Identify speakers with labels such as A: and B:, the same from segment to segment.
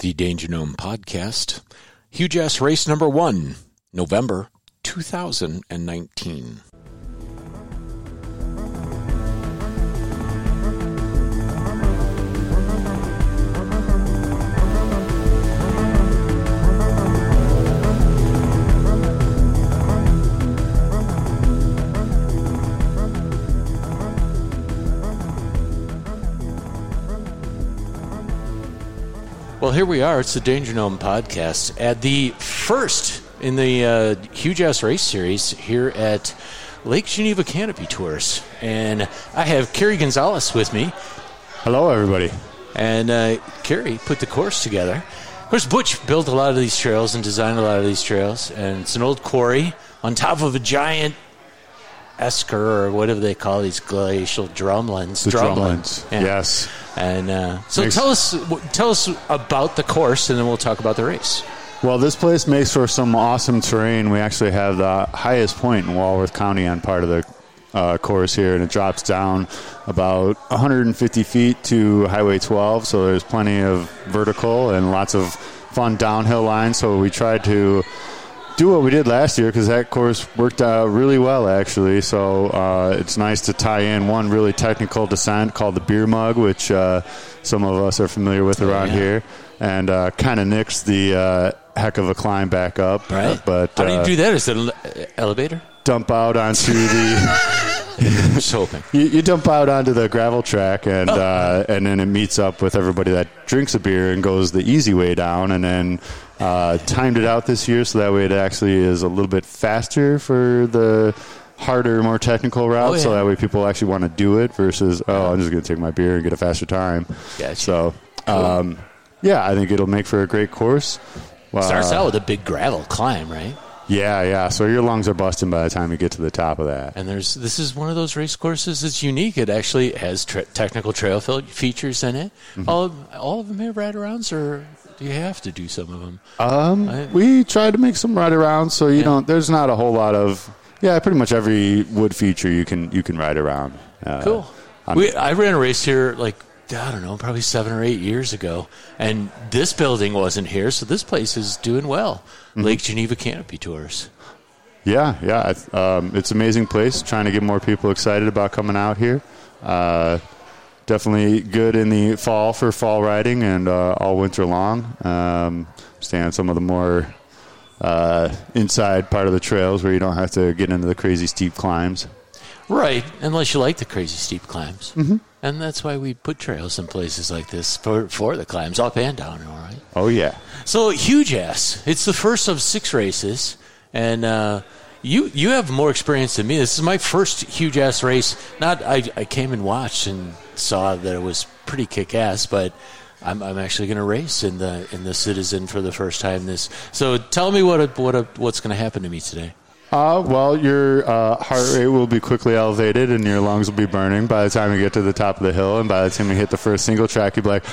A: the Danger Gnome podcast. Huge ass race number one, November 2019. Well, here we are. It's the Danger Gnome podcast at the first in the uh, Huge Ass Race series here at Lake Geneva Canopy Tours. And I have Kerry Gonzalez with me.
B: Hello, everybody.
A: And uh, Kerry put the course together. Of course, Butch built a lot of these trails and designed a lot of these trails. And it's an old quarry on top of a giant esker or whatever they call these glacial drumlins.
B: The
A: Drumlins.
B: drumlins.
A: Yeah.
B: Yes.
A: And uh, so
B: Makes-
A: tell us w- tell us about the course, and then we'll talk about the race.
B: Uh, Well, this place makes for some awesome terrain. We actually have the highest point in Walworth County on part of the uh, course here, and it drops down about 150 feet to Highway 12. So there's plenty of vertical and lots of fun downhill lines. So we tried to do what we did last year because that course worked out really well actually so uh, it's nice to tie in one really technical descent called the beer mug which uh, some of us are familiar with around
A: Oh, yeah.
B: here and uh, kind of nixed the uh, heck of a climb back up but
A: how do
B: uh,
A: you do that? Is it an ele- elevator?
B: dump out onto the
A: Just hoping.
B: You, you dump out onto the gravel track,
A: Oh.
B: and uh, and then it meets up with everybody that drinks a beer and goes the easy way down, and then uh, timed it out this year so that way it actually is a little bit faster for the harder, more technical route. So
A: Oh, yeah.
B: that way people actually want to do it versus oh, I'm just going to take my beer and get a faster time.
A: Gotcha.
B: So, um, yeah, I think it'll make for a great course. Wow.
A: Starts out with a big gravel climb, right?
B: Yeah, yeah. So your lungs are busting by the time you get to the top of that.
A: And there's this is one of those race courses that's unique. It actually has tra- technical trail fe- features in it.
B: Mm-hmm.
A: All of, all of them have ride arounds, or do you have to do some of them?
B: Um,
A: I-
B: we tried to make some ride around, so you don't. There's not a whole lot of. Yeah, pretty much every wood feature you can you can ride around. Uh,
A: Cool.
B: I'm-
A: we, I ran a race here like I don't know, probably seven or eight years ago, and this building wasn't here, so this place is doing well.
B: Mm-hmm.
A: Lake Geneva Canopy Tours.
B: Yeah, yeah. It's, um, it's an amazing place. Trying to get more people excited about coming out here. Uh, definitely good in the fall for fall riding and uh, all winter long. Um, stay on some of the more uh, inside part of the trails where you don't have to get into the crazy steep climbs.
A: Right, unless you like the crazy steep climbs. Mm-hmm. And that's why we put trails in places like this for, for the climbs, up and down, all right?
B: Oh yeah.
A: So, huge ass. It's the first of six races, and uh, you you have more experience than me. This is my first huge ass race. Not I, I came and watched and saw that it was pretty kick ass, but I'm, I'm actually going to race in the in the Citizen for the first time. This so tell me what a, what a, what's going to happen to me today.
B: Uh, well, your uh, heart rate will be quickly elevated and your lungs will be burning by the time you get to the top of the hill. And by the time you hit the first single track, you'll be like,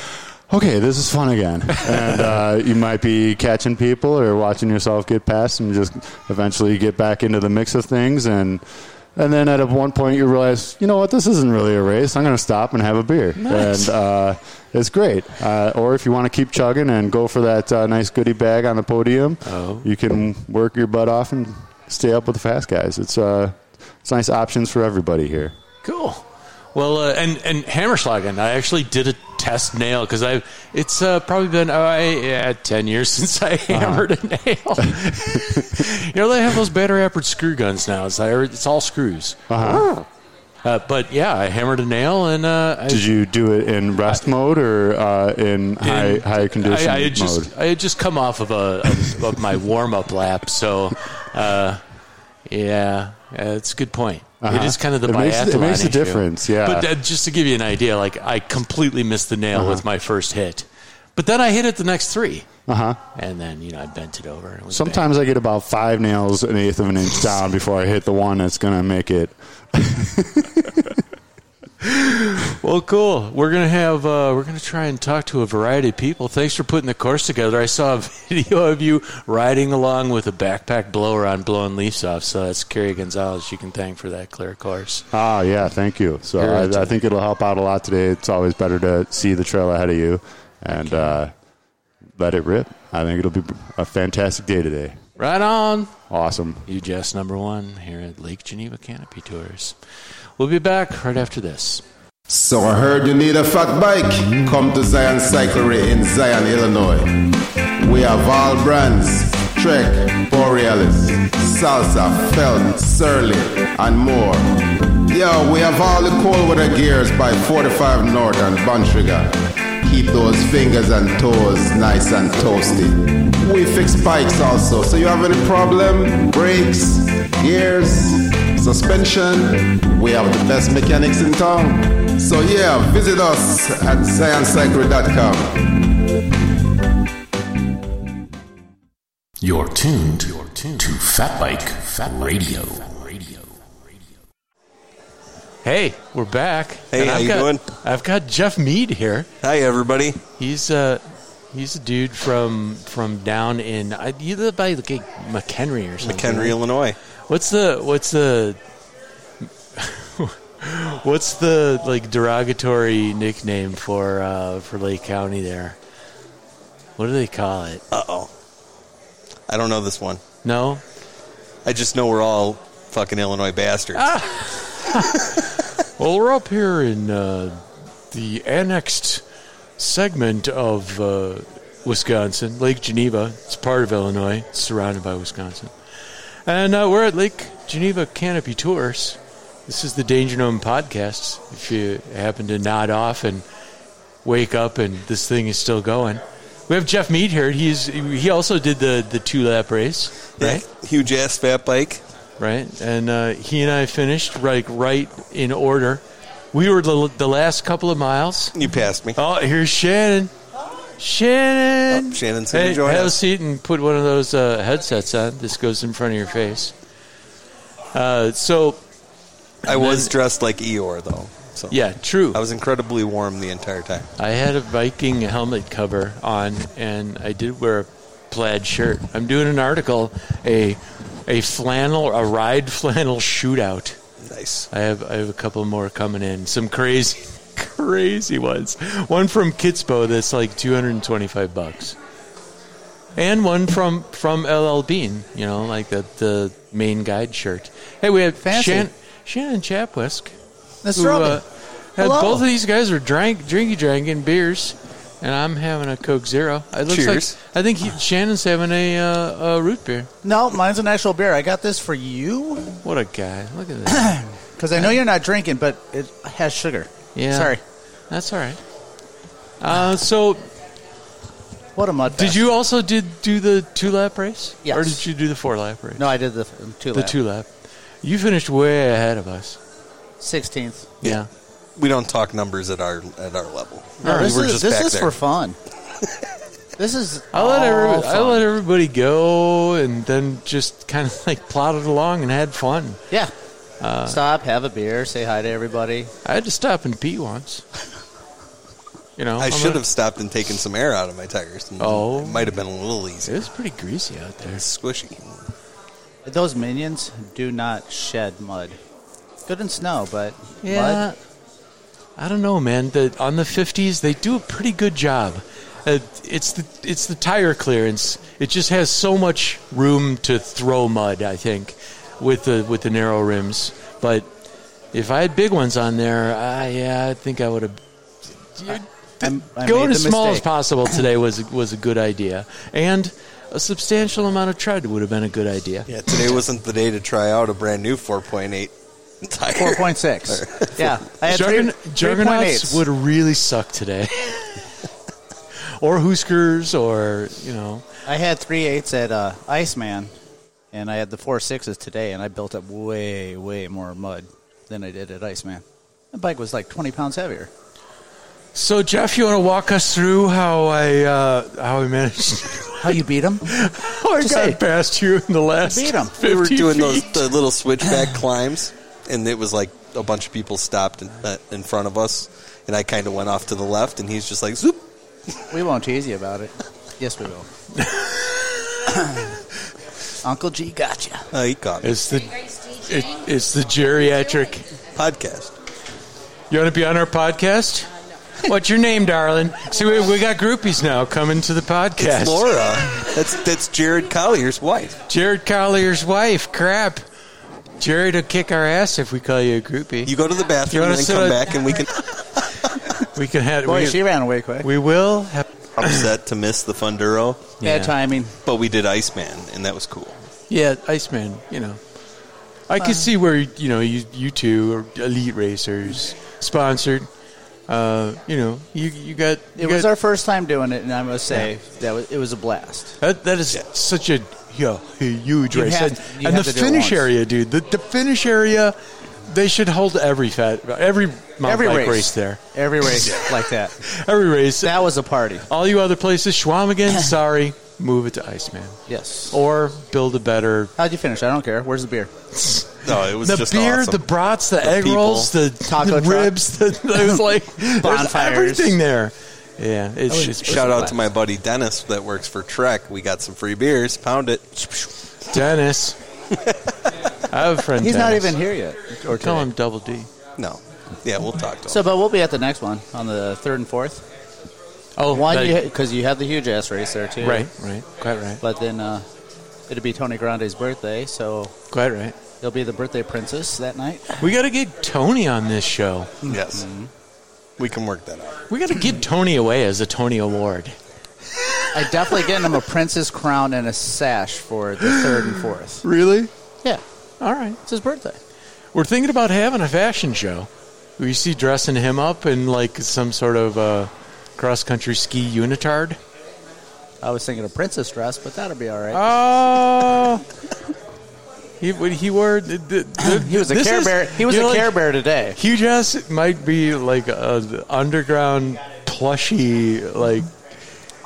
B: okay, this is fun again. And uh, you might be catching people or watching yourself get past and just eventually get back into the mix of things. And, and then at a one point, you realize, you know what, this isn't really a race. I'm going to stop and have a beer.
A: Nice.
B: And uh, it's great. Uh, or if you want to keep chugging and go for that uh, nice goodie bag on the podium,
A: Oh.
B: you can work your butt off and stay up with the fast guys. It's uh, it's nice options for everybody here.
A: Cool. Well, uh, and and Hammerschlagen, I actually did a test nail because I it's uh, probably been oh, I, yeah, ten years since I hammered a nail. you know they have those battery operated screw guns now. It's like, it's all screws.
B: Uh-huh.
A: Uh, but yeah, I hammered a nail and uh, I,
B: Did you do it in rest mode or uh, in, high
A: and
B: high condition
A: I, I had
B: mode?
A: just I had just come off of a of, of my warm up lap, so uh, yeah, uh, it's a good point. It
B: Uh-huh.
A: is kind of the
B: It makes-
A: biathlon
B: it makes a
A: issue.
B: difference, yeah.
A: But uh, just to give you an idea, like I completely missed the nail with my first hit, but then I hit it the next three,
B: uh-huh.
A: and then you know I bent it over. And it was bad.
B: Sometimes I get about five nails an eighth of an inch down before I hit the one that's going to make it.
A: Well, cool. We're gonna have uh, we're gonna try and talk to a variety of people. Thanks for putting the course together. I saw a video of you riding along with a backpack blower on blowing leaves off. So that's Kerry Gonzalez. You can thank for that clear course.
B: Ah, yeah, thank you. So
A: You're welcome.
B: I, I think it'll help out a lot today. It's always better to see the trail ahead of you, and uh, let it rip. I think it'll be a fantastic day today.
A: Right on.
B: Awesome.
A: UJS number one here at Lake Geneva Canopy Tours. We'll be back right after this.
C: So I heard you need a fat bike. Come to Zion Cyclery in Zion, Illinois. We have all brands Trek, Borealis, Salsa, Felt, Surly, and more. Yo, we have all the cold weather gears by 45 North and Bontrigger. Keep those fingers and toes nice and toasty. We fix bikes also, so you have any problem? Brakes, gears, suspension. We have the best mechanics in town. So yeah, visit us at sciencecycle.com.
D: You're tuned, to Fat Bike Fat Radio. Radio.
A: Hey, we're back.
E: Hey, how
A: I've
E: you
A: got,
E: doing?
A: I've got Jeff Mead here.
E: Hi, everybody.
A: He's uh he's a dude from from down in I you live by like McHenry or something.
E: McHenry, Illinois.
A: What's the what's the what's the like derogatory nickname for uh, for Lake County there? What do they call it?
E: Uh oh. I don't know this one.
A: No,
E: I just know we're all fucking Illinois bastards.
F: Ah.
A: Well, we're up here in uh, the annexed segment of uh, Wisconsin, Lake Geneva. It's part of Illinois, it's surrounded by Wisconsin. And uh, we're at Lake Geneva Canopy Tours. This is the Danger Gnome podcast. If you happen to nod off and wake up and this thing is still going, we have Jeff Mead here. He's he also did the the two lap race, right?
E: Yeah, Huge ass fat bike.
A: right? And uh, he and I finished like right in order. We were the, the last couple of miles.
E: You passed me.
A: Oh, here's Shannon. Shannon.
E: Oh, Shannon's gonna
A: hey,
E: join
A: have a
E: us.
A: seat and put one of those uh, headsets on. This goes in front of your face. Uh, so
E: I was dressed like Eeyore, though. So
A: yeah, true.
E: I was incredibly warm the entire time.
A: I had a Viking helmet cover on, and I did wear a plaid shirt. I'm doing an article, a a flannel, a ride flannel shootout.
E: Nice.
A: I have I have a couple more coming in. Some crazy crazy ones. One from Kitspo that's like 225 bucks. And one from from LL Bean, you know, like the the main guide shirt. Hey, we had
F: Fancy.
A: Shan, Shannon Chapwisk.
F: That's
A: who,
F: Robin.
A: uh, had
F: Hello.
A: both of these guys are drank drinky drinking beers. And I'm having a Coke Zero. It looks
E: Cheers.
A: like I think he, Shannon's having a, uh, a root beer.
F: no, mine's an actual beer. I got this for you
A: What a guy! Look at that.
F: because I know you're not drinking, but it has sugar.
A: Yeah.
F: Sorry.
A: That's all right. Uh, so
F: What a mud.
A: Did
F: fest.
A: you also did do the two lap race?
F: Yes.
A: Or did you do the four lap race?
F: No, I did the two.
A: the two lap. You finished way ahead of us.
F: Sixteenth.
A: Yeah.
E: We don't talk numbers at our at our level.
F: No, this
E: We're just
F: is this
E: back
F: is
E: there.
F: for fun. this is.
A: I let
F: all
A: everybody, I
F: fun.
A: let everybody go and then just kind of like plodded along and had fun.
F: Yeah.
A: Uh.
F: Stop. Have a beer. Say hi to everybody.
A: I had to stop and pee once. You know.
E: I
A: I'm
E: should
A: a-
E: have stopped and taken some air out of my tires. and
A: Oh.
E: It might have been a little easy.
A: It was pretty greasy out there.
E: Squishy.
F: Those minions do not shed mud. Good in snow, but
A: Yeah.
F: mud.
A: I don't know, man. The on the fifties, they do a pretty good job. Uh, it's the it's the tire clearance. It just has so much room to throw mud. I think with the with the narrow rims. But if I had big ones on there, I, yeah, I think I would have.
F: I'm- I
A: Going
F: made
A: as
F: the
A: small as
F: mistake.
A: possible today was was a good idea, and a substantial amount of tread would have been a good idea.
E: Yeah, today wasn't the day to try out a brand new 4.8 tire.
F: Four point six. yeah, I had
A: Juggerna-
F: three,
A: juggernauts
F: 3.8s.
A: would really suck today. or Huskers, or, you know.
F: I had three eights at uh, Iceman, and I had the four sixes today, and I built up way, way more mud than I did at Iceman. The bike was like 20 pounds heavier.
A: So, Jeff, you want to walk us through how I uh, how I managed
F: How you beat them?
A: how I got
F: Just say.
A: past you in the last
F: Beat 'em.
E: we were
A: 50
E: doing those
A: feet?
E: the little switchback climbs, and it was like a bunch of people stopped in, uh, in front of us, and I kind of went off to the left, and he's just like, "Zoop!"
F: we won't tease you about it. Yes, we will. Uncle G gotcha.
E: Uh, he caught me.
A: It's the it, it's the geriatric.
E: podcast.
A: You want to be on our podcast? What's your name, darling? See, we, we got groupies now coming to the podcast.
E: It's Laura. That's that's Jared Collier's wife.
A: Jared Collier's wife. Crap. Jared will kick our ass if we call you a groupie.
E: You go to the bathroom
A: wanna
E: and then
A: sit
E: come
A: on-
E: back, and we can
A: we can have.
F: Boy,
A: we,
F: she ran away quick.
A: we will. Have,
E: upset to miss the Funduro,
A: yeah.
F: Bad timing.
E: but we did Iceman, and that was cool.
A: Yeah, Iceman. You know, I could see where you know you you two are elite racers sponsored. Uh, you know, you you got you
F: It was
A: got-
F: our first time doing it, and I must say that was, it was a blast.
A: That, that is such a yeah, a huge
F: You
A: race.
F: have
A: And-
F: to-
A: and
F: you have
A: the
F: to do it
A: finish
F: once.
A: area, dude. The, the finish area, they should hold every fat, every mountain
F: Every
A: bike
F: race.
A: race there.
F: Every race like that.
A: Every race.
F: That was a party.
A: All you other places, Schwamigan, sorry, move it to Iceman.
F: Yes.
A: Or build a better.
F: How'd you finish? I don't care. Where's the beer?
E: No, it was
A: The
E: just
A: beer,
E: awesome.
A: the brats, the, egg
E: people.
A: rolls, the,
F: Taco
A: the
F: truck.
A: ribs. The, it was like there's
F: Bonfires.
A: everything there. Yeah, it's,
F: was-
A: it's
E: Shout out
F: Blast.
E: to my buddy Dennis that works for Trek. We got some free beers. Pound it.
A: Dennis. I have a friend.
F: He's not
A: Dennis.
F: even here yet. Or
A: Tell
F: today.
A: him double D.
E: No. Yeah, we'll talk to him.
F: So, but we'll be at the next one on the third and fourth.
A: Oh,
F: One,
A: that-
F: because you, have the huge ass race there too.
A: Right, right, quite right,
F: But then uh, it'll be Tony Grande's birthday, so
A: quite right.
F: there'll be the birthday princess that night.
A: We got to get Tony on this show.
E: yes.
A: Mm-hmm.
E: We can work that out.
A: We got to give Tony away as a Tony Award.
F: I definitely getting him a princess crown and a sash for the third and fourth.
A: Really?
F: Yeah,
A: All right.
F: it's his birthday.
A: We're thinking about having a fashion show. We see dressing him up in like some sort of uh, cross country ski unitard.
F: I was thinking a princess dress, but that'll be all right.
A: Oh. He, what he wore the, the, the,
F: he was a
A: this
F: Care
A: is-
F: Bear. He was
A: you
F: a
A: know, like,
F: Care Bear today.
A: Hugh Jess might be like a underground plushy like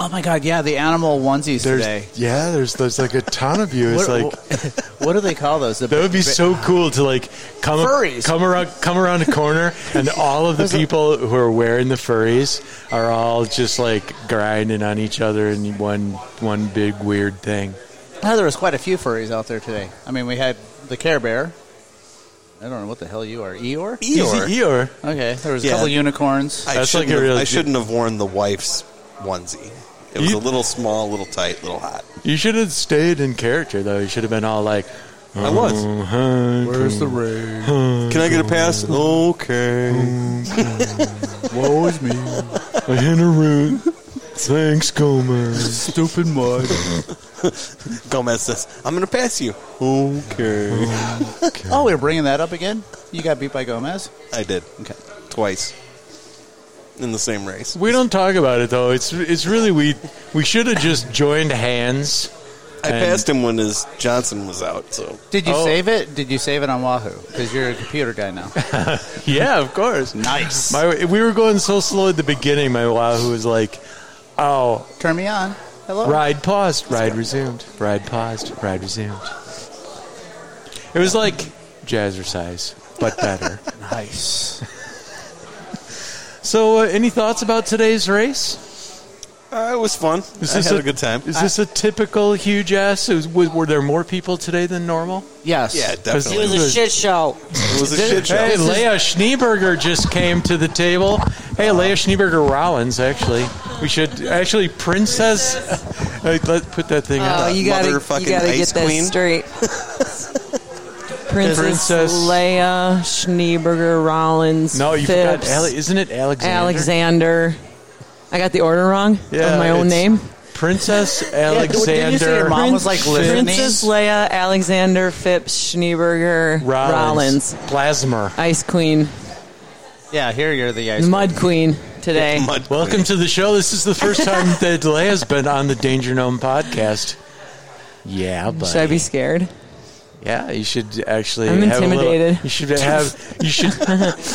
F: Oh my God! Yeah, the animal onesies
A: there's
F: today.
A: yeah there's there's like a ton of you. It's
F: What,
A: like
F: what do they call those? The
A: That would be so cool to like come
F: Furries.
A: come around come around a corner and all of the people who are wearing the furries are all just like grinding on each other in one one big weird thing.
F: Oh, there was quite a few furries out there today. I mean, we had the Care Bear. I don't know what the hell you are, Eeyore.
E: Eeyore.
A: Easy Eeyore.
F: Okay, there was a
E: Yeah.
F: couple unicorns.
E: I,
A: That's like
E: shouldn't
A: a
E: have,
A: real-
E: I shouldn't have worn the wife's onesie. It was
A: You-
E: a little small, a little tight, a little hot.
A: You should have stayed in character though. You should have been all like
E: I was.
A: Where's the
E: Can I get a pass? Okay.
A: woe is me? I hit a root. Thanks, Gomer. Stupid mud.
E: Gomez says, I'm going to pass you. Okay.
F: Oh, we are bringing that up again. You got beat by Gomez.
E: I did.
F: Okay.
E: Twice. In the same race.
A: We don't talk about it though. It's it's really we we should have just joined hands.
E: I
A: And-
E: passed him when his Johnson was out, so.
F: Did you
A: Oh.
F: save it? Did you save it on Wahoo? Because you're a computer guy now.
A: Yeah, of course.
F: nice.
A: My, we were going so slow at the beginning. My Wahoo was like, "Oh,
F: Turn me on. Hello.
A: ride paused, ride resumed, ride paused, ride resumed." It was like jazzercise, but better.
F: Nice.
A: so, uh, any thoughts about today's race?
E: Uh, it was fun. I had a, good time.
A: Is this a typical huge ass? Is- was- were there more people today than normal?
F: Yes.
E: yeah,
A: Because-
E: definitely. It was,
G: shit show.
E: a shit show.
A: Hey, Leah Schneeberger just came to the table. Hey, Leah Schneeberger Rollins, actually. We should actually Princess. Uh, let's put that thing out.
G: Oh, you gotta, you gotta
E: motherfucking
G: get
E: ice
G: that
E: queen.
G: straight. Princess,
A: Princess-
G: Leia Schneeberger Rollins.
A: No, you
G: Phipps,
A: forgot. Ale- isn't it Alexander?
G: Alexander. I got the order wrong
A: Yeah,
G: of my own
A: it's
G: name.
A: Princess
F: didn't you say
A: Alexander.
F: your mom was like
A: Phipps
F: listening?
G: Princess Leia Alexander Phipps Schneeberger
A: Rollins.
G: Rollins.
A: Plasmer.
G: Ice Queen,
F: Yeah. Here you're the ice.
G: Mud Queen today.
E: Mud queen.
A: Welcome to the show. This is the first time that Leia's been on the Danger Gnome podcast. Yeah, but
G: Should I be scared?
A: yeah, you should actually.
G: I'm
A: have a little-
G: intimidated.
A: you should have. You should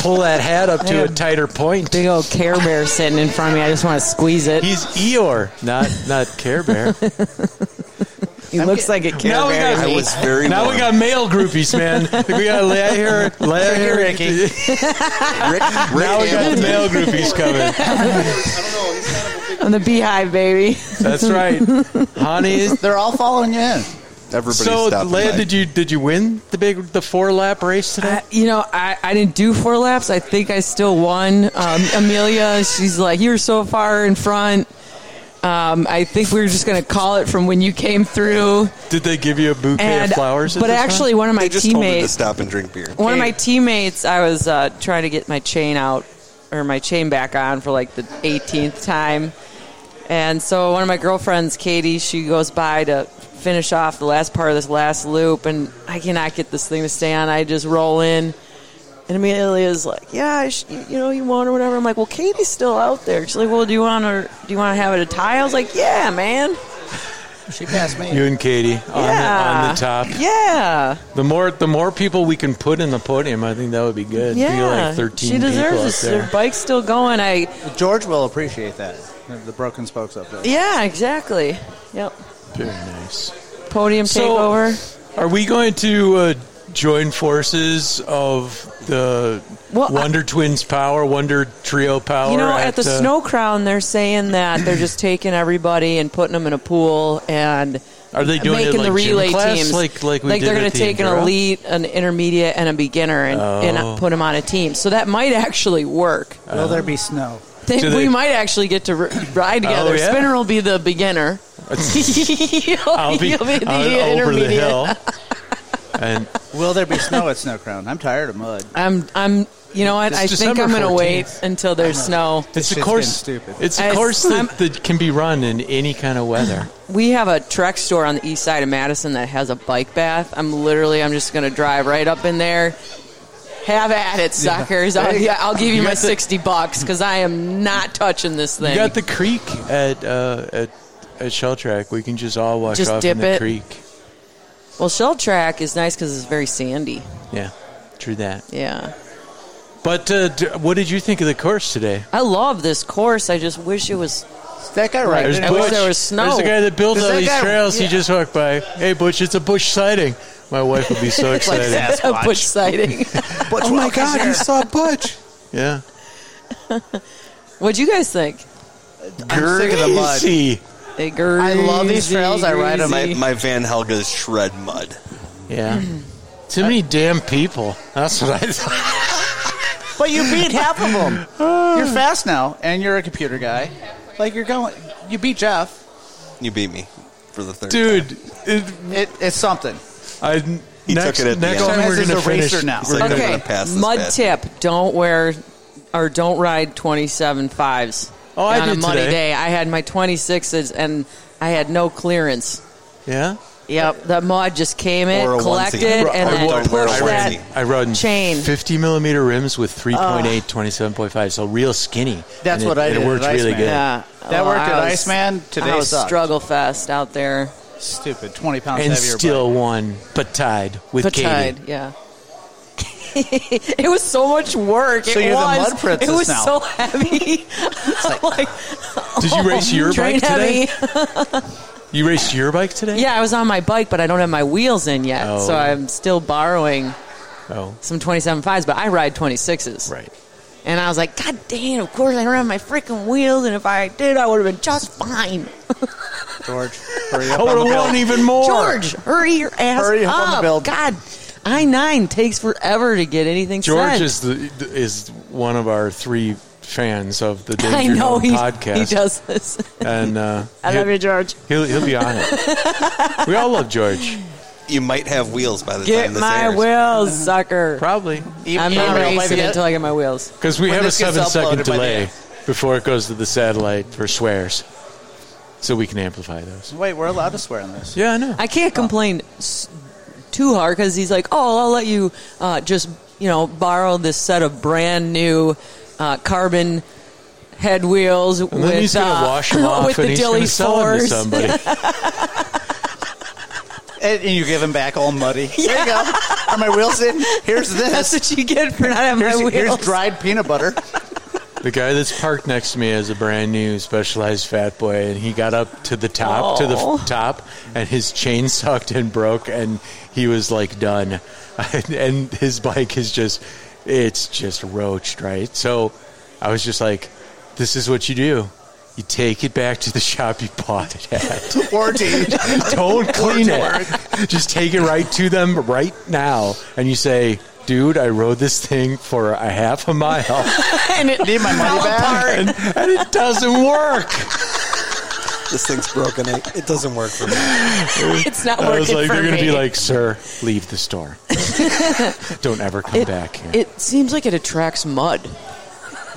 A: pull that hat up to a
G: have
A: tighter point.
G: Big old Care Bear sitting in front of me. I just want to squeeze it.
A: He's Eeyore, not not Care Bear.
G: he looks like a Care
A: Now we
G: Bear.
A: got-
G: to
E: I
G: me.
E: was very
A: now we
E: warm.
A: got male groupies, man. We got Leia here, Leia here,
F: Ricky.
E: Rick, Rick
A: Now we got the
E: Hamilton.
A: male groupies coming.
G: I'm the beehive baby.
A: That's right. Honey,
F: They're all following you in.
H: Everybody
A: so,
H: stopped.
A: Lad, did you did you win the big the four lap race today?
G: I, you know, I, I didn't do four laps. I think I still won. Um, Amelia, she's like, you're so far in front. Um, I think we were just going to call it from when you came through.
A: Did they give you a bouquet
G: And,
A: of flowers? at
G: but
A: this one?
G: actually, one of my
E: They just told me to
G: teammates,
E: stop and drink beer.
G: one of my teammates, I was uh, trying to get my chain out or my chain back on for like the 18th time. And so one of my girlfriends, Katie, she goes by to finish off the last part of this last loop, and I cannot get this thing to stay on. I just roll in, and Amelia's like, "Yeah, I sh- you you know, you won or whatever." I'm like, "Well, Katie's still out there." She's like, "Well, do you want to do you want to have it a tie?" I was like, "Yeah, man,
F: She passed me.
A: you and Katie on,
G: yeah,
A: the, on the top.
G: yeah,
A: The more the more people we can put in the podium, I think that would be good. Be
G: yeah."
A: like thirteen.
G: she deserves
A: people
G: this.
A: Up there.
G: Her bike's still going. I
F: George will appreciate that. The broken spokes up there.
G: yeah, exactly. Yep,
A: Very nice.
G: podium
A: So-
G: takeover.
A: Are we going to uh, join forces of the
G: Well, I-
A: Wonder Twins power, Wonder Trio power?
G: You know, at, the
A: uh,
G: Snow Crown, they're saying that they're just taking everybody and putting them in a pool and
A: Are they doing it
G: making
A: like
G: the
A: gym
G: relay
A: class,
G: teams.
A: like- like we did
G: they're gonna
A: at the
G: take an
A: Enduro? Oh.
G: elite, an intermediate, and a beginner and, and put them on a team. So that might actually work.
F: Will there be snow?
G: They,
A: Uh, Do
G: we
A: they- Oh,
G: might actually get to r- ride together.
A: yeah?
G: Spinner will be the beginner. You'll-
A: I'll be,
G: you'll the
A: I'll- over the
G: intermediate.
A: hill. and
F: Will there be snow at Snow Crown? I'm tired of mud.
G: I'm, I'm. You know what?
A: It's
G: I think
A: December
G: I'm gonna wait
A: 14th.
G: until there's snow.
A: it's a
F: shit's
A: course.
F: getting stupid.
A: It's a
G: As-
A: course
G: I'm-
A: that, that can be run in any kind of weather.
G: We have a Trek store on the east side of Madison that has a bike bath. I'm literally, I'm just going to drive right up in there. Have at it, suckers! I'll, yeah, I'll give you, my
A: got the-
G: sixty bucks because I am not touching this
A: You
G: thing.
A: got the creek at uh, at at Shell Track. We can just all wash
G: Just
A: off
G: dip
A: in the
G: it.
A: creek.
G: well, shell track is nice because it's very sandy.
A: Yeah, true that.
G: Yeah,
A: But uh, d- what did you think of the course today?
G: I love this course. I just wish it was.
F: That guy
G: right
F: right
G: There's I there. wish Butch. there was snow.
A: There's the guy that builds
F: There's
A: all
F: that
A: these
F: guy-
A: trails. He
F: yeah.
A: just walked by. Hey, Butch, it's a bush sighting. My wife would be so
G: like
A: excited.
F: Sasquatch.
G: bush sighting.
A: oh my God, you saw Butch. Yeah.
G: What'd you guys think?
F: I'm sick of the mud.
A: Greasy.
G: I
F: love these trails. I ride 'em.
E: My, my Van Helga's shred mud.
A: Yeah. Too many damn people. That's what I thought.
F: But you beat half of them. you're fast now, and you're a computer guy. Like you're going, you beat Jeff.
E: You beat me for the third time.
A: Dude, it,
F: It, it's something.
A: I, next,
E: took it at the
A: next
E: end.
A: time
F: Gomez
A: we're
F: is
A: going to
F: a racer
A: finish.
F: now.
E: It's like, I'm
G: Okay,
E: gonna pass this
G: mud
E: bad.
G: tip: don't wear or don't ride 27 fives
A: Oh, I
G: on a
A: did
G: muddy
A: today.
G: day. I had my 26s and I had no clearance.
A: Yeah?
G: Yep, the mud just came in,
E: Or a onesie.
G: collected,
E: Or
G: and then
E: don't wear a
G: pushed that.
E: onesie.
A: I rode in
G: Chain.
A: 50 millimeter rims with 3.8, 27.5, so real skinny. And
F: That's
A: it,
F: what I
A: and
F: did
A: It
F: at
A: worked really
F: Iceman.
A: good.
G: Yeah,
F: That
G: Oh,
F: worked at
G: I was-
F: Iceman. Today
G: I was
F: sucked.
G: struggle fest out there.
F: Stupid. Twenty pounds
A: And
F: heavier.
A: still won, but tied with
G: But
A: Katie.
G: tried, yeah. it was so much work.
F: So
G: it
F: you're the
G: was.
F: mud princess
G: it was
F: now.
G: so heavy. like,
A: Did you race your
G: Oh, train
A: bike today?
G: heavy.
A: You raced your bike today?
G: Yeah, I was on my bike, but I don't have my wheels in yet,
A: Oh.
G: so I'm still borrowing
A: Oh,
G: some 27.5s, but I ride 26s.
A: right.
G: And I was like, God damn, of course I don't have my freaking wheels, and if I did, I would have been just fine.
F: but George, hurry up
A: I would
F: on the
A: have
F: bill.
A: won even more.
G: George, hurry your ass
F: Hurry up on the
G: up.
F: build.
G: God, I-9 takes forever to get anything
A: George
G: sent.
A: is the is one of our three fans of the Danger
G: I know
A: Zone
G: he,
A: podcast.
G: he does this.
A: and uh,
G: I
A: he'll,
G: love you, George.
A: He'll, he'll be on it. we all love George,
E: You might have wheels by the
G: Get
E: time this
G: my
E: airs.
G: wheels, sucker.
A: probably
G: I'm
F: Even
G: not
F: real life
G: racing
F: yet.
G: until I get my wheels.
A: because we
F: When
A: have a
F: this gets
A: seven second
F: uploaded by the
A: delay
F: end.
A: before it goes to the satellite for swears, so we can amplify those.
F: Wait, we're allowed to swear on this.
A: Yeah, I know.
G: I can't complain s- too hard because he's like, "Oh, I'll let you uh, just you know borrow this set of brand new uh, carbon head wheels
A: and
G: with
A: then he's going
G: uh,
A: to wash him off
G: with
A: and
G: the
A: he's
G: dilly
A: going to sell them to
G: fours."
A: somebody.
F: And, and you give him back all muddy. There you go. Are my wheels in? Here's
G: That's
F: this.
G: what you get for not having my
F: Here's, here's
G: wheels.
F: dried peanut butter.
A: The guy that's parked next to me is a brand new specialized fat boy, and he got up to the top, to the
G: Oh.
A: f- top, and his chain sucked and broke, and he was like done. and his bike is just, it's just roached, right? So I was just like, this is what you do. You take it back to the shop you bought it at.
H: Or Dave.
A: Don't clean it. Just take it right to them right now, and you say, "Dude, I rode this thing for a half a mile,
G: and it
F: Need my money back?
A: and, and it doesn't work."
E: This thing's broken. It, it doesn't work for me.
G: it's not
A: I
G: working
A: was like,
G: for
A: "They're going to
G: me.
A: be like, sir, leave the store. Don't ever come
G: it,
A: back here."
G: it seems like it attracts mud.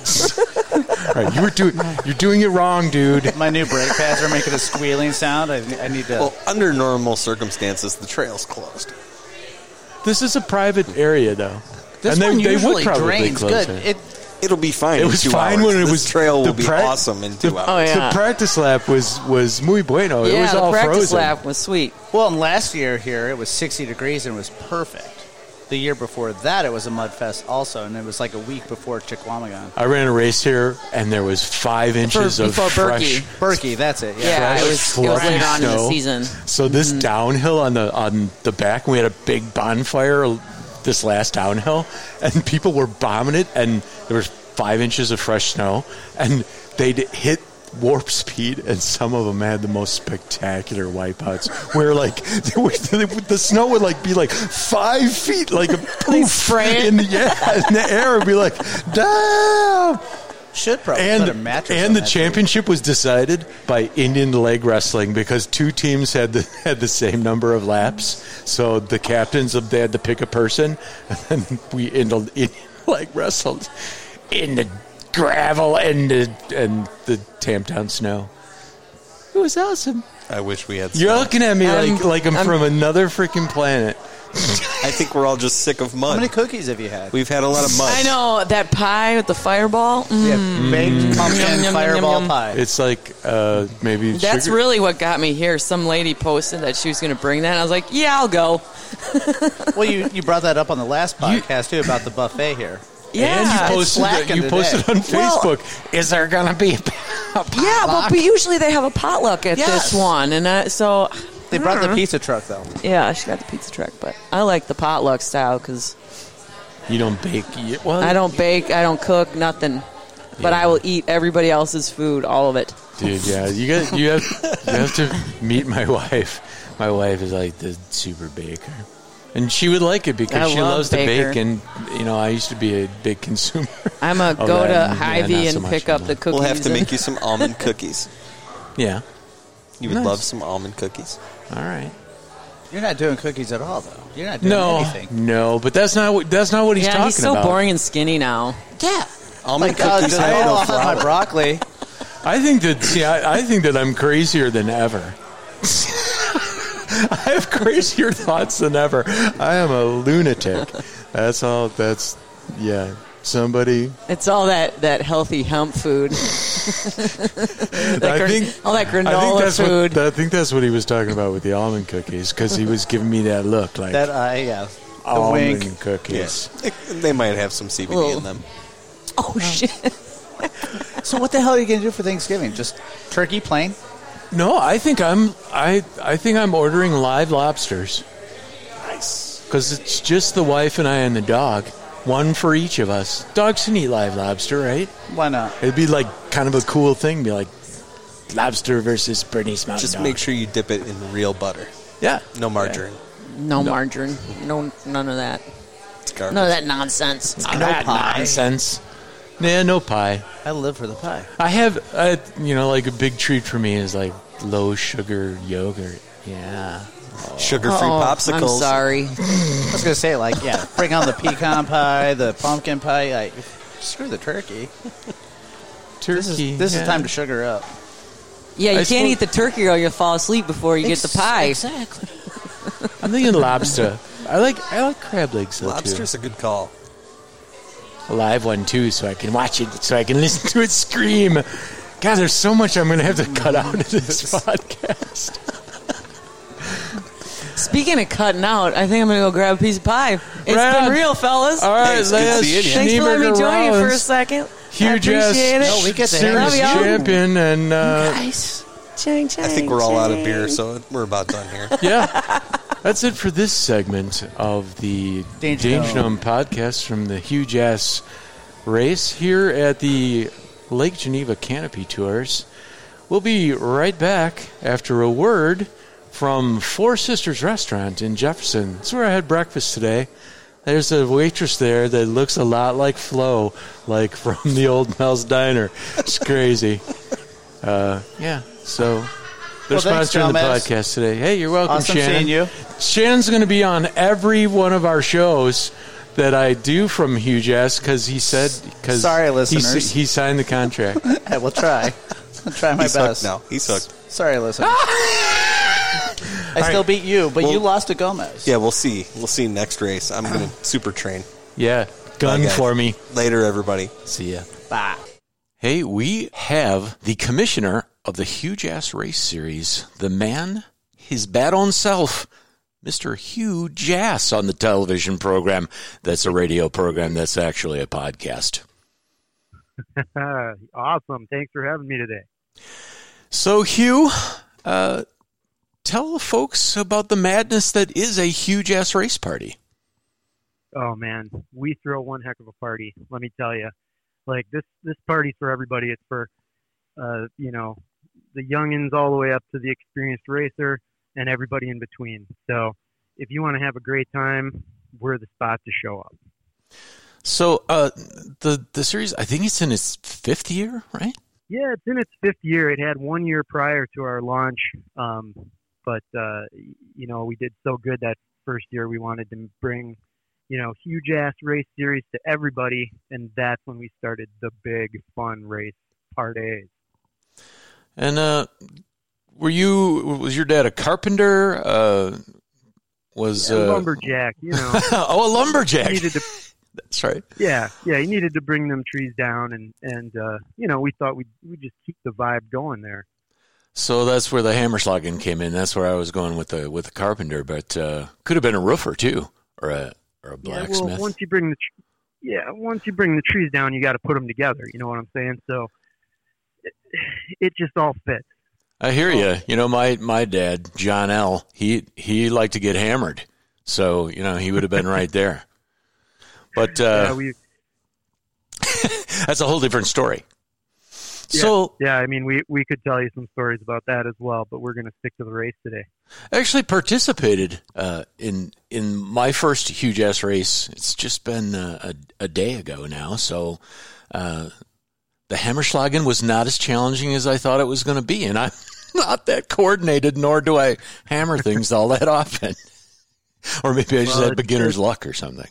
A: All right, you were doing, you're doing it wrong, dude.
F: My new brake pads are making a squealing sound. I, I need to.
E: Well, under normal circumstances, the trail's closed.
A: This is a private area, though.
F: this
A: and they,
F: one
A: they
F: usually
A: would probably
F: drains
A: close
F: good.
A: it.
F: It,
E: It'll be fine.
A: It
E: in
A: was
E: two
A: fine
E: hours.
A: when it
E: This
A: was
E: trail
A: the
E: will be
A: prac-
E: awesome in two
A: the-
E: hours.
G: Oh, yeah.
A: The practice lap was was muy bueno.
G: yeah,
A: Oh, it was
G: the
A: all
G: practice
A: frozen.
G: lap was sweet.
F: well, and last year here it was 60 degrees and it was perfect. The year before that it was a mud fest also, and it was like a week before Chickawamagon.
A: I ran a race here, and there was five inches of
G: before
A: fresh.
G: Berkey.
F: Berkey, that's it. Yeah.
G: Yeah,
A: fresh,
G: it was, it was
A: fluffy
G: later on in the
A: snow.
G: season.
A: So this
G: Mm-hmm.
A: downhill on the on the back, we had a big bonfire. This last downhill, and people were bombing it, and there was five inches of fresh snow, and they'd hit warp speed, and some of them had the most spectacular wipeouts, where like they would, they would- the snow would like be like five feet, like a poof
G: spray it.
A: in the yeah, in the air, and be like, damn
F: Should probably
A: and
F: put a mattress
A: and
F: on
A: the
F: that
A: championship was decided by Indian leg wrestling because two teams had the had the same number of laps. So the captains of they had to pick a person, and then we ended Indian leg wrestled in the gravel and the and the tamped down snow. It was awesome.
E: I wish we had.
A: You're
E: snow.
A: looking at me
G: I'm-
A: like like I'm,
G: I'm-
A: from another freaking planet.
E: I think we're all just sick of
F: How
E: mud.
F: many cookies have you had?
E: We've had a lot of mud.
G: I know that pie with the fireball. Mm,
F: We have baked
G: Yum,
F: pumpkin
G: yum,
F: fireball
G: yum, yum.
F: pie.
A: It's like uh, maybe
G: That's
A: sugar-
G: really what got me here. Some lady posted that she was going to bring that, and I was like, "Yeah, I'll go."
F: Well, you, you brought that up on the last podcast too about the buffet here.
G: Yeah,
A: And you posted,
F: slack
A: that- you
F: in
A: posted
F: today.
A: on
G: Well-
A: Facebook. is there gonna be a
G: yeah, but, but usually they have a potluck at
F: Yes.
G: this one, and I, so uh-huh.
F: They brought
G: Hmm.
F: the pizza truck though.
G: yeah, she got the pizza truck. But I like the potluck style because
A: You don't bake. You, well,
G: I don't bake, I don't cook, nothing. But I will eat everybody else's food, all of it.
A: dude. Yeah, you got you have you have to meet my wife. My wife is like the super baker, and she would like it because
G: I
A: she
G: love
A: loves to
G: baker.
A: bake. And you know, I used to be a big consumer.
G: I'm a
A: of
G: go
A: that, and,
G: to
A: Oh, yeah,
G: Hy-Vee
A: not so
G: and
A: much
G: pick up the
A: anymore.
G: cookies.
E: We'll have to
G: and-
E: make you some almond cookies.
A: Yeah.
E: You would
A: Nice.
E: love some almond cookies.
A: All right.
F: You're not doing cookies at all though. You're not doing
A: No,
F: anything.
A: no, but that's not what that's not what he's
G: yeah,
A: talking
G: he's so
A: about.
G: boring and skinny now.
F: Yeah.
E: Almond
F: Like, uh,
E: cookies.
F: just, oh,
E: have no
F: I'll
E: flour.
F: have my broccoli.
A: I think that see, I, I think that I'm crazier than ever. I have crazier thoughts than ever. I am a lunatic. That's all. That's yeah. Somebody.
G: It's all that, that healthy hemp food. That
A: I
G: gran-
A: think
G: all that granola
A: I think that's
G: food.
A: What, I think that's what he was talking about with the almond cookies because he was giving me that look like
F: That uh, yeah. The
A: almond
F: wink.
A: cookies.
E: Yeah. They might have some CBD
G: Little-
E: in them.
G: oh shit!
F: So what the hell are you gonna do for Thanksgiving? Just turkey plain?
A: No, I think I'm I I think I'm ordering live lobsters. Nice. Because it's just the wife and I and the dog, one for each of us. Dogs can eat live lobster, right?
F: Why not?
A: It'd be like kind of a cool thing. Be like lobster versus Bernie's Mountain
E: Just
A: Dog.
E: make sure you dip it in real butter,
A: yeah,
E: no margarine.
G: No, margarine, no none of that,
E: It's garbage.
G: none of that nonsense.
A: no pie. Ah, nonsense. Nah, no pie.
F: I live for the pie.
A: I have, uh, you know, like a big treat for me is like low sugar yogurt. Yeah.
E: Sugar-free
G: Oh,
E: popsicles.
G: I'm sorry.
F: I was gonna say like yeah, bring on the pecan pie, the pumpkin pie. Like, screw the turkey.
A: Turkey.
F: This is this
A: yeah.
F: is time to sugar up.
G: Yeah, you
A: I
G: can't
A: suppose-
G: eat the turkey or you'll fall asleep before you get the pie.
F: Exactly.
A: I'm thinking lobster. I like I like crab legs though
E: Lobster's a good call.
A: too. A live one too, so I can watch it, so I can listen to it scream. God, there's so much I'm going to have to cut out of this podcast.
G: Speaking of cutting out, I think I'm gonna go grab a piece of pie. It's
A: Right on.
G: been real, fellas.
A: All right,
E: Thanks, good
A: Lance
E: seeing you.
G: Thanks for letting me join you for a
A: Rollins.
G: second.
A: Huge
G: I appreciate
A: ass
G: it.
F: No, we get to hang
A: serious
G: out. Love y'all.
A: champion, and uh,
G: Nice. Ching, ching,
E: I think we're all out of beer, so we're about done here.
A: yeah, that's it for this segment of the
F: Danger
A: Danger Dome
F: Dome.
A: podcast from the huge ass race here at the Lake Geneva Canopy Tours. We'll be right back after a word from Four Sisters Restaurant in Jefferson. That's where I had breakfast today. There's a waitress there that looks a lot like Flo, like from the old Mel's Diner. It's crazy. Uh, yeah, so they're
F: Well, thanks,
A: sponsoring the
F: dumbass.
A: podcast today. Hey, you're welcome,
F: Awesome
A: Shannon.
F: seeing you.
A: Shannon's going to be on every one of our shows that I do from Hugh Jess because he said because
F: Sorry, listeners.
A: he, signed the contract.
F: I will try. I'll try my
E: He's hooked
F: best.
E: now. He's hooked.
F: Sorry, listeners. I still beat you, but you lost to Gomez.
E: Yeah, we'll see. We'll see next race. I'm going to super train.
A: yeah, gun
E: Bye, guys.
A: for me.
E: Later, everybody.
A: See ya.
F: Bah.
A: Hey, we have the commissioner of the Huge Ass Race Series, the man, his bad on self, Mr. Hugh Jass on the television program. That's a radio program that's actually a podcast.
H: Uh, awesome. Thanks for having me today.
A: So, Hugh, uh, tell the folks about the madness that is a Huge Ass Race Party.
H: Oh man, we throw one heck of a party. Let me tell you, like this this party's for everybody. It's for uh, you know the youngins all the way up to the experienced racer and everybody in between. So if you want to have a great time, we're the spot to show up.
A: So, uh, the the series, I think it's in its fifth year, right?
H: Yeah, it's in its fifth year. It had one year prior to our launch, um, but uh, y- you know we did so good that first year we wanted to bring, you know, huge ass race series to everybody, and that's when we started the big fun race part A's.
A: And uh, were you was your dad a carpenter? Uh, was
H: A
A: uh,
H: lumberjack, you know,
A: oh, a lumberjack.
H: needed to
A: That's right.
H: yeah yeah he needed to bring them trees down, and and uh, you know we thought we we just keep the vibe going there.
A: So that's where the hammerschlagen came in. That's where I was going with the with the carpenter, but uh, could have been a roofer too, or a or a blacksmith.
H: Yeah, well, once you bring the tr- yeah, once you bring the trees down, you got to put them together. You know what I'm saying? So it, it just all fits.
A: I
H: Oh.
A: hear you. You know, my my dad, John L. He he liked to get hammered, so you know he would have been right there. But
H: Yeah,
A: uh,
H: we
A: that's a whole different story. So
H: yeah, I mean we we could tell you some stories about that as well, but we're going to stick to the race today.
A: actually participated uh, in in my first huge ass race. It's just been uh, a, a day ago now, so uh, the Hammerschlagen was not as challenging as I thought it was going to be, and I'm not that coordinated, nor do I hammer things all that often. or maybe I just
H: Well,
A: had
H: it's-
A: beginner's luck or something.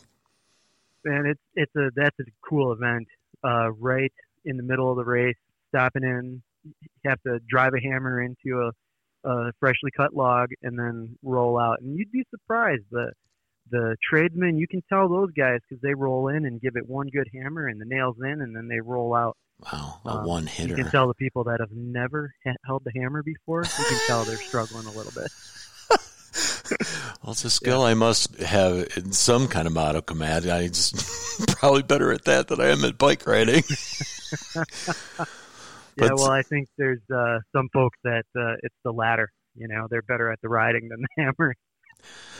H: And it's it's a that's a cool event. Uh, right in the middle of the race, stopping in, you have to drive a hammer into a, a freshly cut log and then roll out. And you'd be surprised the the tradesmen. You can tell those guys because they roll in and give it one good hammer, and the nails in, and then they roll out.
A: Wow, a
H: Um,
A: one
H: You can
A: hitter.
H: tell the people that have never ha- held the hammer before. You can tell they're struggling a little bit.
A: Well, it's a skill I must have in some kind of moto command. I just probably better at that than I am at bike riding.
H: Yeah,
A: But-
H: well, I think there's uh, some folks that uh, it's the latter. You know, they're better at the riding than the hammer.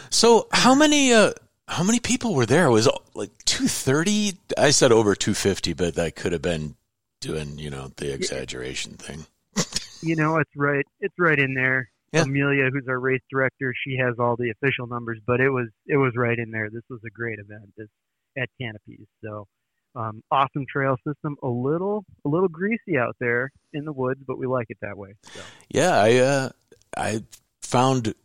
A: So how many uh how many people were there? Was it like two thirty? I said over two fifty, but that could have been doing, you know, the exaggeration thing.
H: You know, it's right. It's right in there.
A: Yeah.
H: Amelia, who's our race director, she has all the official numbers, but it was it was right in there. This was a great event this, at Canopies. So um, awesome trail system. A little a little greasy out there in the woods, but we like it that way. So.
A: Yeah, I uh I found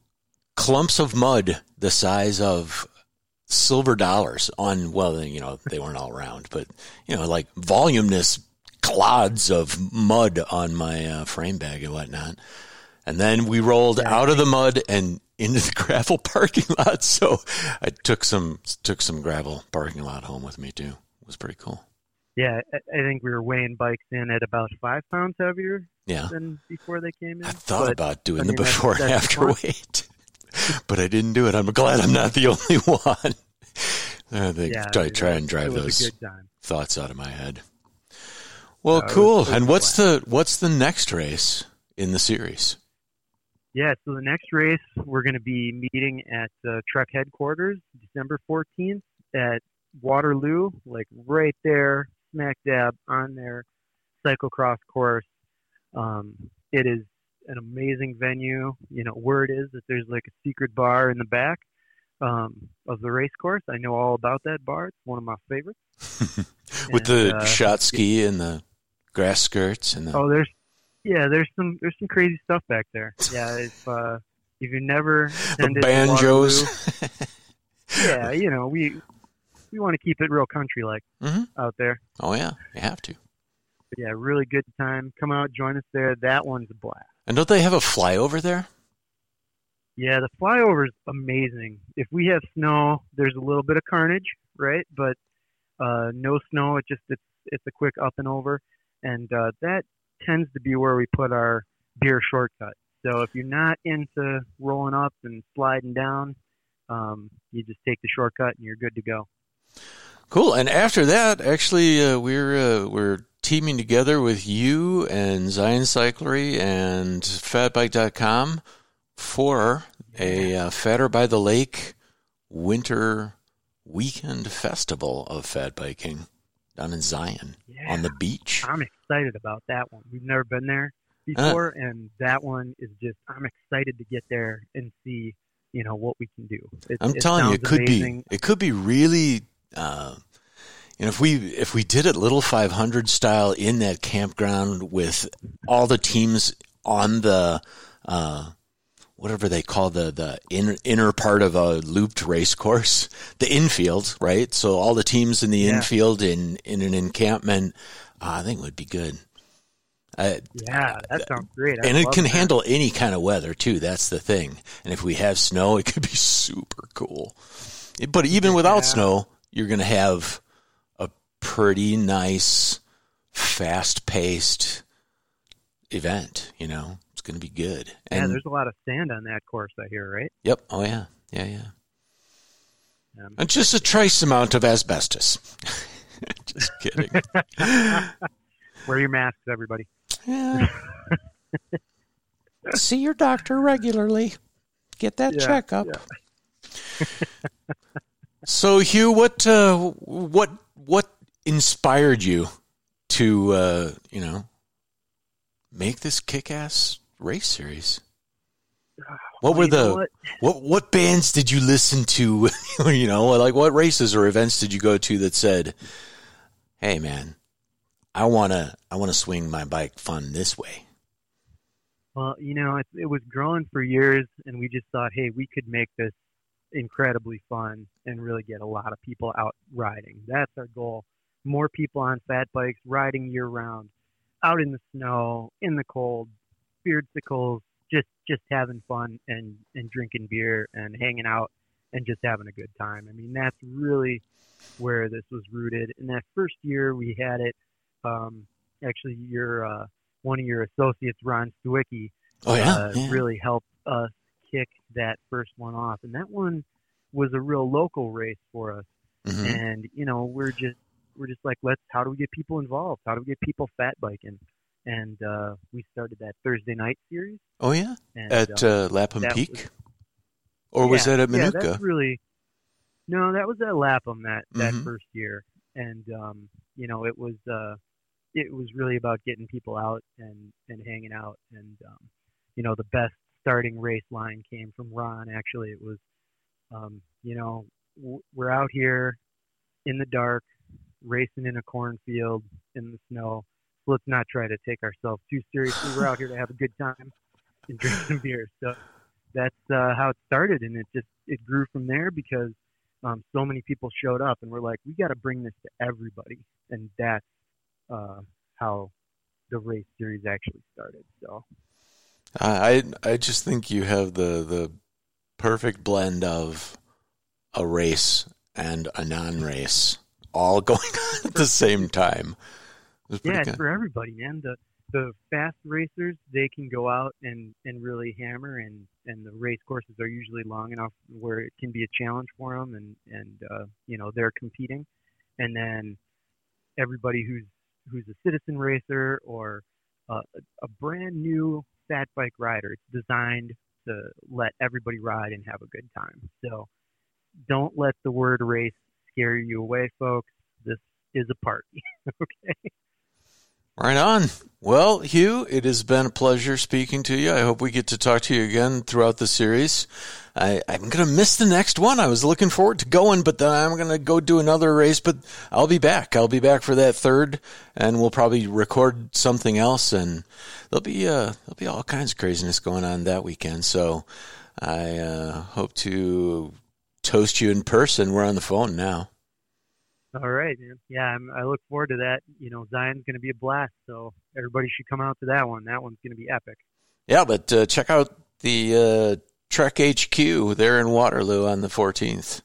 A: clumps of mud the size of silver dollars on well you know they weren't all round but you know like voluminous clods of mud on my uh, frame bag and whatnot and then we rolled out of the mud and into the gravel parking lot so i took some took some gravel parking lot home with me too it was pretty cool
H: Yeah, I, I think we were weighing bikes in at about five pounds heavier
A: yeah
H: than before they came in.
A: I thought
H: but-
A: about doing
H: I
A: the
H: mean, that's-
A: before and
H: that's
A: after
H: fun.
A: weight, but I didn't do it. I'm glad I'm not the only one. I think
H: Yeah,
A: try,
H: it
A: try
H: was-
A: and drive
H: it was
A: those
H: a good time.
A: thoughts out of my head. Well,
H: it was-
A: cool.
H: it was
A: and
H: a
A: what's the what's the next race in the series?
H: Yeah, so the next race we're going to be meeting at uh, Trek headquarters December 14th at Waterloo, like right there, smack dab on their cyclocross course. Um, It is an amazing venue. You know, word is that there's like a secret bar in the back um, of the race course. I know all about that bar. It's one of my favorites.
A: with the
H: And, uh,
A: shot ski and the grass skirts and the,
H: Oh, there's yeah, there's some there's some crazy stuff back there. Yeah, if uh, if you never
A: the
H: attended
A: banjos.
H: Waterloo, yeah, you know we we want to keep it real country like
A: Mhm.
H: out there.
A: oh yeah, you have to.
H: But yeah, really good time. Come out, join us there. That one's a blast.
A: And don't they have a flyover there?
H: Yeah, the flyover's amazing. If we have snow, there's a little bit of carnage, right? But uh, no snow, it just it's it's a quick up and over, and uh, that tends to be where we put our beer shortcut. So if you're not into rolling up and sliding down, um, you just take the shortcut and you're good to go.
A: Cool. And after that, actually, uh, we're uh, we're teaming together with you and Zion Cyclery and FatBike.com for a uh, Fatter by the Lake winter weekend festival of fat biking down in Zion
H: Yeah.
A: on the beach.
H: I'm excited about that one. We've never been there
A: Uh.
H: before, and that one is just I'm excited to get there and see you know what we can do. It,
A: I'm
H: it
A: telling you, it
H: sounds
A: could
H: amazing.
A: be. It could be really. Uh, you know, if we if we did it little 500 style in that campground with all the teams on the uh, whatever they call the the inner, inner part of a looped race course, the infield, right? So all the teams in the
H: Yeah.
A: infield in in an encampment, uh, I think would be good. Uh,
H: Yeah, that sounds great. I
A: and it
H: love
A: can
H: that.
A: handle any kind of weather too. That's the thing. And if we have snow, it could be super cool. It- But even without snow, you're going to have a pretty nice, fast-paced event. You know, it's going to be good.
H: Yeah,
A: And
H: there's a lot of sand on that course. I hear, right?
A: yep. Oh yeah. Yeah yeah.
H: Um,
A: And just a trace amount of asbestos. just kidding.
H: Wear your masks, everybody.
A: Yeah. See your doctor regularly. Get that
H: Yeah,
A: checkup. so, Hugh, what uh, what what inspired you to uh, you know make this kick-ass race series? What
H: Well,
A: were
H: you know
A: the
H: what?
A: what? what bands did you listen to? you know, like what races or events did you go to that said, "Hey, man, I wanna I wanna swing my bike fun this way."
H: Well, you know, it, it was growing for years, and we just thought, hey, we could make this incredibly fun and really get a lot of people out riding. That's our goal. More people on fat bikes riding year round, out in the snow, in the cold, beardsicles, just just having fun and and drinking beer and hanging out and just having a good time. I mean, that's really where this was rooted. And that first year we had it, um, actually, your uh, one of your associates, Ron Stewicki,
A: Oh yeah,
H: uh,
A: yeah.
H: really helped us kick that first one off. And that one was a real local race for us.
A: Mhm.
H: And you know, we're just we're just like, let's how do we get people involved? How do we get people fat biking? And uh, we started that Thursday night series.
A: Oh yeah,
H: And,
A: at
H: um,
A: uh, Lapham
H: that
A: Peak,
H: was-
A: or was
H: yeah,
A: that at
H: Yeah,
A: Manuka?
H: that's really. No, that was at Lapham that that
A: Mhm.
H: first year, and um, you know it was uh, it was really about getting people out and and hanging out, and um, you know the best starting race line came from Ron. Actually, it was, um, you know, w- we're out here in the dark, racing in a cornfield in the snow. So let's not try to take ourselves too seriously. We're out here to have a good time and drink some beer. So that's uh, how it started, and it just it grew from there because um, so many people showed up, and we're like, we got to bring this to everybody, and that's uh, how the race series actually started. So
A: I I I just think you have the the perfect blend of a race and a non-race all going on at the same time. It was pretty
H: yeah,
A: good.
H: it's for everybody, man. The the fast racers they can go out and and really hammer, and and the race courses are usually long enough where it can be a challenge for them, and and uh, you know they're competing, and then everybody who's who's a citizen racer or uh, a brand new fat bike rider, it's designed to let everybody ride and have a good time. So don't let the word race scare you away, folks. This is a party. okay.
A: Right on. Well, Hugh, it has been a pleasure speaking to you. I hope we get to talk to you again throughout the series. I, I'm going to miss the next one. I was looking forward to going, but then I'm going to go do another race, but I'll be back. I'll be back for that third and we'll probably record something else and there'll be, uh, there'll be all kinds of craziness going on that weekend. So I, uh, hope to toast you in person. We're on the phone now.
H: All right, man. Yeah, I'm, I look forward to that. You know, Zion's going to be a blast, so everybody should come out to that one. That one's going to be epic.
A: Yeah, but uh, check out the uh, Trek HQ there in Waterloo on the 14th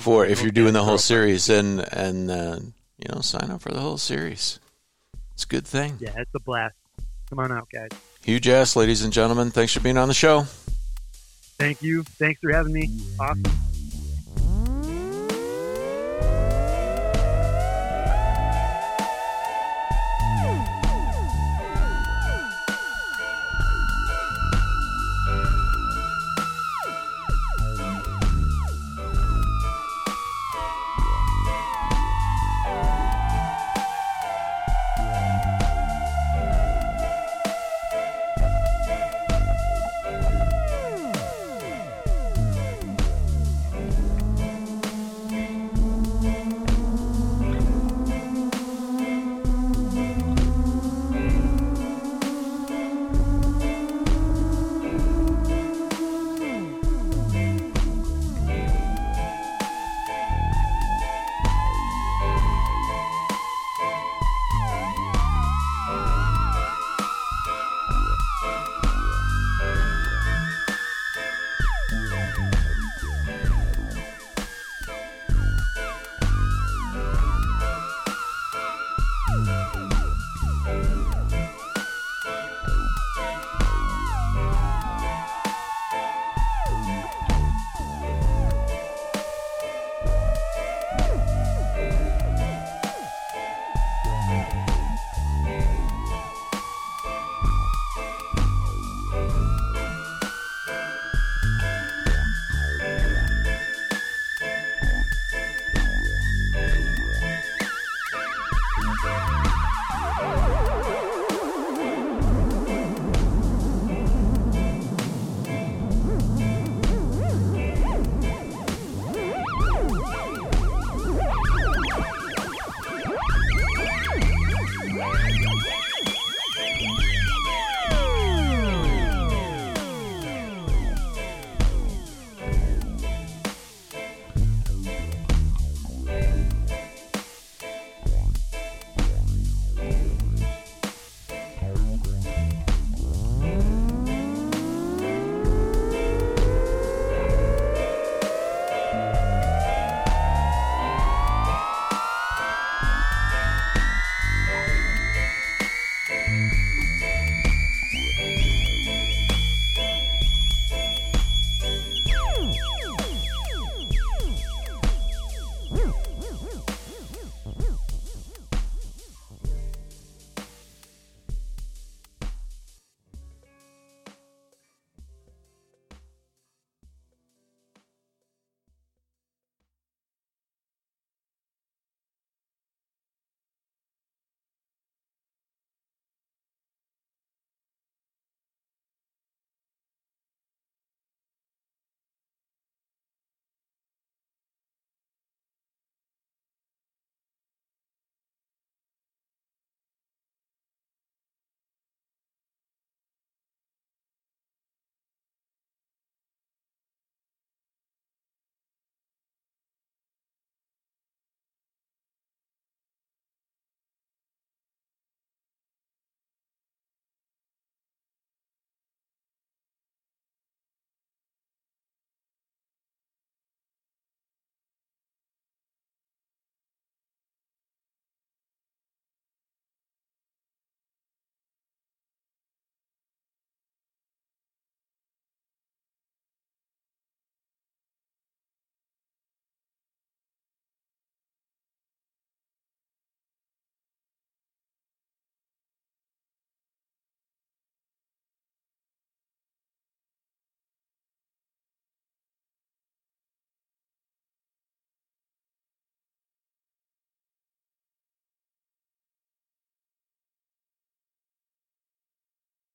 A: for if you're doing the whole series and and uh, you know sign up for the whole series. It's a good thing.
H: Yeah, it's a blast. Come on out, guys.
A: Huge ass, ladies and gentlemen. Thanks for being on the show.
H: Thank you. Thanks for having me. Awesome.